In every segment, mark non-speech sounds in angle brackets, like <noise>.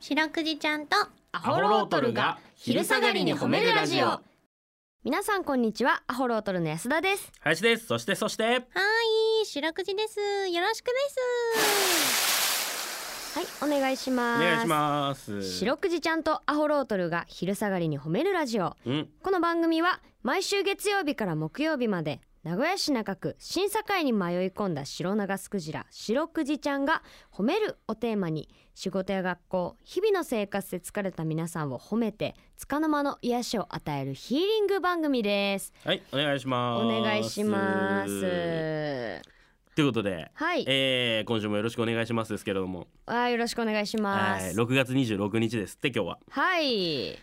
白くじちゃんとアホロートルが昼下がりに褒めるラジオ皆さんこんにちはアホロートルの安田です林ですそしてそしてはい白くじですよろしくですはいお願いおします願いします白くじちゃんとアホロートルが昼下がりに褒めるラジオうんこの番組は毎週月曜日から木曜日まで名古屋市中区審査会に迷い込んだ白長スクジラ白くじちゃんが褒めるをテーマに仕事や学校日々の生活で疲れた皆さんを褒めて束の間の癒しを与えるヒーリング番組ですはいお願いしますお願いしますということではいえー、今週もよろしくお願いしますですけれどもはい、よろしくお願いしまはいす。 6月26日ですって今日ははい、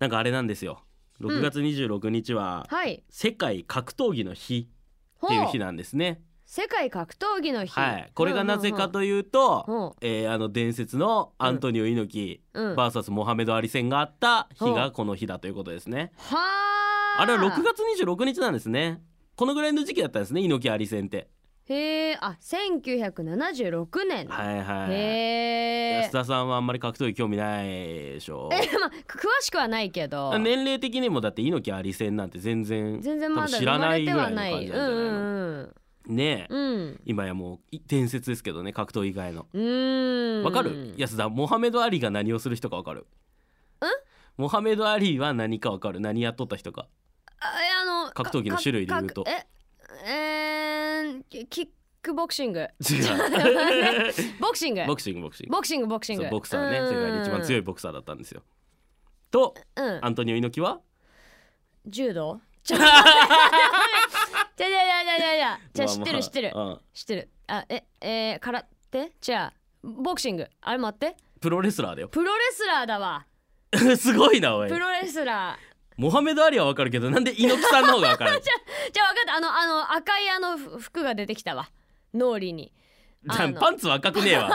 なんかあれなんですよ6月26日は、はい、世界格闘技の日ほっていう日う、なんですね世界格闘技の日。はいこれがなぜかいというと、うんうんうんえーあの伝説のアントニオ猪木うん、は VS モハメド・アリ戦があった日がこの日だということですね。あ。あれは6月26日なんですね。このぐらいの時期だったんですね猪木アリ戦って。へえ、あ、1976年。はいはい。へ安え。田さんはあんまり格闘技興味ないでしょえ、まあ、詳しくはないけど。年齢的にもだって猪木アリ戦なんて全然全然ま多だ分知生らまなれいぐてらはの感いない。じうんなんじゃないのうんねえ、うん。今やもう伝説ですけどね格闘以外の。うん。わかるいや、安田モハメド・アリが何をする人かわかるモハメド・アリは何かわかる何やっとった人かあえあの。格闘技の種類で言うとかかえ、えーキキックボクシ <laughs> ング。違 <laughs> うボクシング。ボクシングボクシングボクシングボクシンそグうボクサーねうん世界で一番強いボクサーだったんですよとうんアントニオ猪木は <laughs> 柔道ちょちょち <laughs> ょちょちょちょちょじゃ知ってる知ってるまあまあうん知ってるあええー、空手じゃあボクシングあれ待ってプロレスラーだよ <laughs> プロレスラーだわすごいなおいプロレスラモハメド・アリはわかるけどなんで猪木さんの方がわか <laughs> るーじゃあ分かったあのあの赤いあのふ服が出てきたわ脳裏にじゃああのパンツは赤くねえ <laughs> わ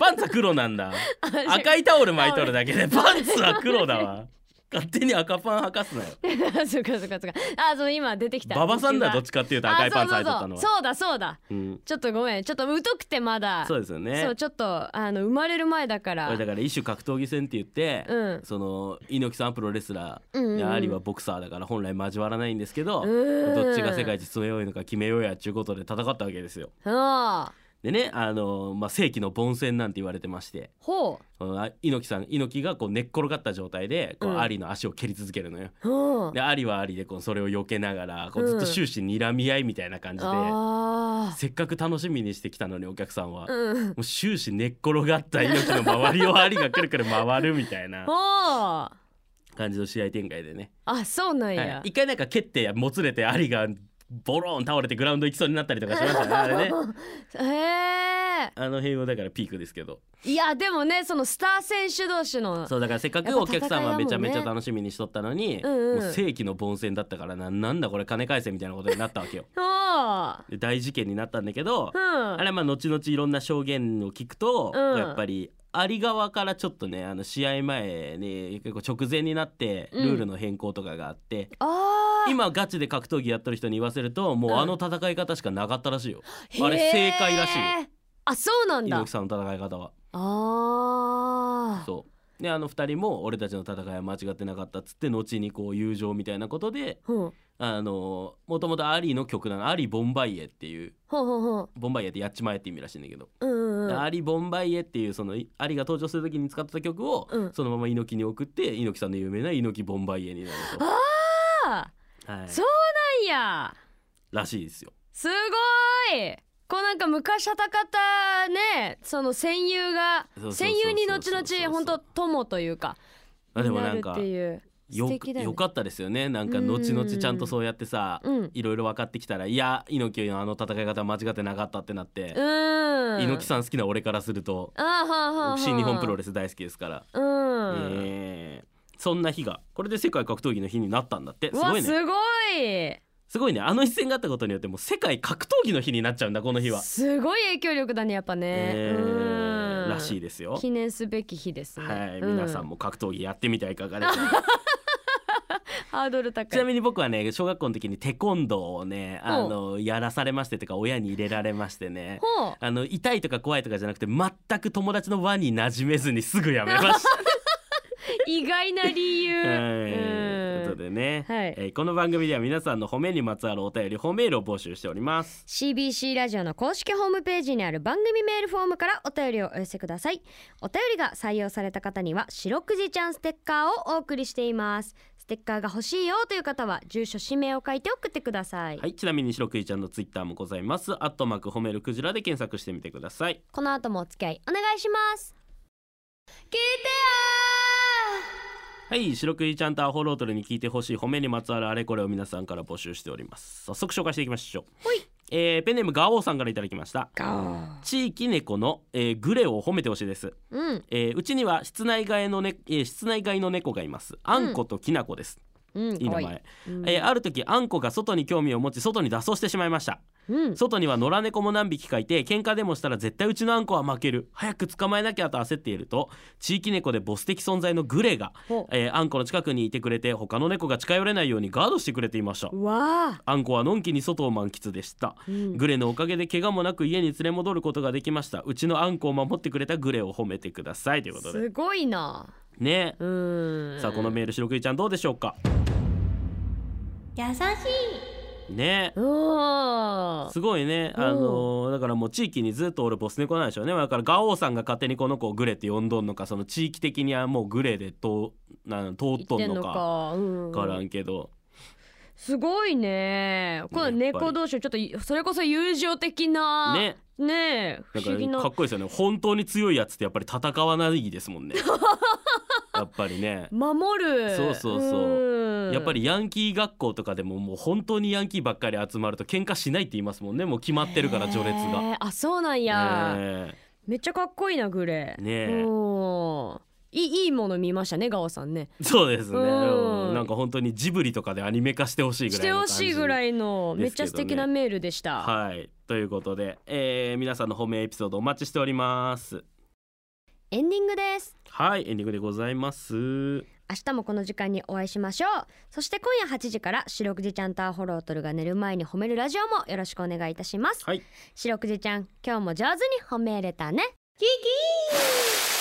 パンツは黒なんだ違う赤いタオル巻いとるだけでパンツは黒だわ勝手に赤パン履かすなよ <laughs> そうかそうかそうかあそう今出てきた馬場さんだどっちちかっていうとあ赤いパンツそ履ういとったのはそうそうそうだ <laughs> そうだうんちょっとごめんちょっと疎くてまだそうですよねそうちょっとあの生まれる前だからこれだから一種格闘技戦って言って、うんその猪木さんはプロレスラー、うんうんうんでアリはボクサーだから本来交わらないんですけど、うんどっちが世界一強いのか決めようやっちゅうことで戦ったわけですよ。うんでねあの、まあ、世紀の凡戦なんて言われてましてほこのあ猪木さん猪木がこう寝っ転がった状態でこううんアリの足を蹴り続けるのよ。ううんでアリはアリでこうそれを避けながらこうずっと終始睨み合いみたいな感じで、あせっかく楽しみにしてきたのにお客さんは。あうんもう終始寝っ転がった猪木の周りをアリがくるくる回るみたいなおー感じの試合展開でね、あそうなんや、はい、一回なんか蹴ってもつれてアリがボロン倒れてグラウンド行きそうになったりとかしましたねあ <laughs> れねへあの辺はだからピークですけどえいやでもねそのスター選手同士のそうだからせっかやくっぱお客さんはめちゃめちゃ戦いだもんね楽しみにしとったのにうんうんもう世紀の凡戦だったからななんだこれ金返せみたいなことになったわ <laughs> けよおーで大事件になったんだけどうんあれはまあ後々いろんな証言を聞くと、うんやっぱりアリ側からちょっとねあの試合前に結構直前になってうルんールの変更とかがあって、あー今ガチで格闘技やってる人に言わせるともうあの戦い方しかなかったらしいよ、へーあれ正解らしいよあそうなんだ猪木さんの戦い方はあーそうであの2人も俺たちの戦いは間違ってなかったっつって後にこう友情みたいなことでほうあのもともとアリの曲なのアリ・ボンバイエっていうほうほうほうボンバイエってやっちまえって意味らしいんだけど、うんうんうんアリ・ボンバイエっていうそのいアリが登場する時に使ってた曲を、うんそのまま猪木に送って猪木さんの有名な猪木ボンバイエになるあと、はい、そうーなんやらしいですよ。すごいこうなんか昔戦ったねその戦友がそうそうそうそう戦友に後々本当友というかあでもなんかにるっていうよ素敵だよねよかったですよねなんかうん後々ちゃんとそうやってさうんういろいろ分かってきたらいや猪木のあの戦い方間違ってなかったってなって、ん猪木んさん好きな俺からするとあーはあはあはあ新日本プロレス大好きですから、うん、えーそんな日がこれで世界格闘技の日になったんだってすうわごいねすごいすごいねあの一戦があったことによってもう世界格闘技の日になっちゃうんだこの日は、すごい影響力だねやっぱね、えーうんらしいですよ記念すべき日ですねはい、皆さんもも格闘技やってみてはいかがでしょうか <laughs> <laughs> ハードル高いちなみに僕はね小学校の時にテコンドーをねあのやらされましてとか親に入れられましてねほうあの痛いとか怖いとかじゃなくて全く友達の輪に馴染めずにすぐやめました意外な理由。 <laughs> はい、うんということでね、はいえーこの番組では皆さんの褒めにまつわるお便り褒めールを募集しております CBC ラジオの公式ホームページにある番組メールフォームからお便りをお寄せくださいお便りが採用された方には「白くじちゃんステッカー」をお送りしていますステッカーが欲しいよという方は住所氏名を書いて送ってください、はいちなみに白くじちゃんのツイッターもございますアットマーク褒めるクジラで検索してみてくださいこの後もお付き合いお願いします聞いてはい白くじちゃんとアホロートルに聞いてほしい褒めにまつわるあれこれを皆さんから募集しております早速紹介していきましょうえーペンネームガオーさんからいただきましたよー地域猫の、えーグレを褒めてほしいですうんえーうちには室内飼いの、ねえー室内飼いの猫がいますあんこときなこです、うんいい名かわ前、うんえーある時あんこが外に興味を持ち外に脱走してしまいましたうん外には野良猫も何匹かいて喧嘩でもしたら絶対うちのあんこは負ける早く捕まえなきゃと焦っていると地域猫でボス的存在のグレが、ほえーあんこの近くにいてくれて他の猫が近寄れないようにガードしてくれていましたうわあ、あんこはのんきに外を満喫でしたうんグレのおかげで怪我もなく家に連れ戻ることができましたうちのあんこを守ってくれたグレを褒めてくださいということですごいなねうんさあこのメール白くじちゃんどうでしょうか優しいねおーすごいねあのーだからもう地域にずっと俺ボス猫なんでしょうねだからガオーさんが勝手にこの子をグレって呼んどんのかその地域的にはもうグレでとうなん通っとんのかう分んからんけどすごいねこの猫同士ちょっとそれこそ友情的なねねえ不だか思議らなかっこいいですよね本当に強いやつってやっぱり戦わないです <laughs> もんねやっぱりね守るそうそうそうんやっぱりヤンキー学校とかでももう本当にヤンキーばっかり集まると喧嘩しないって言いますもんねもう決まってるから序列が。へえあそうなんや、ねめっちゃかっこいいなグレえねえおーいいいいもの見ましたねガオさんねそうですね、うんうんなんか本当にジブリとかでアニメ化してほしいぐしらいてのほ感じしいぐらいの、めでっすちけどねゃ素敵なメールでした、はいということで、えー皆さんの褒めエピソードお待ちしておりますエンディングですはいエンディングでございます明日もこの時間にお会いしましょうそして今夜8時から白くじちゃんとアホロートルが寝る前に褒めるラジオもよろしくお願いいたしますはい白くじちゃん今日も上手に褒めれたねキキー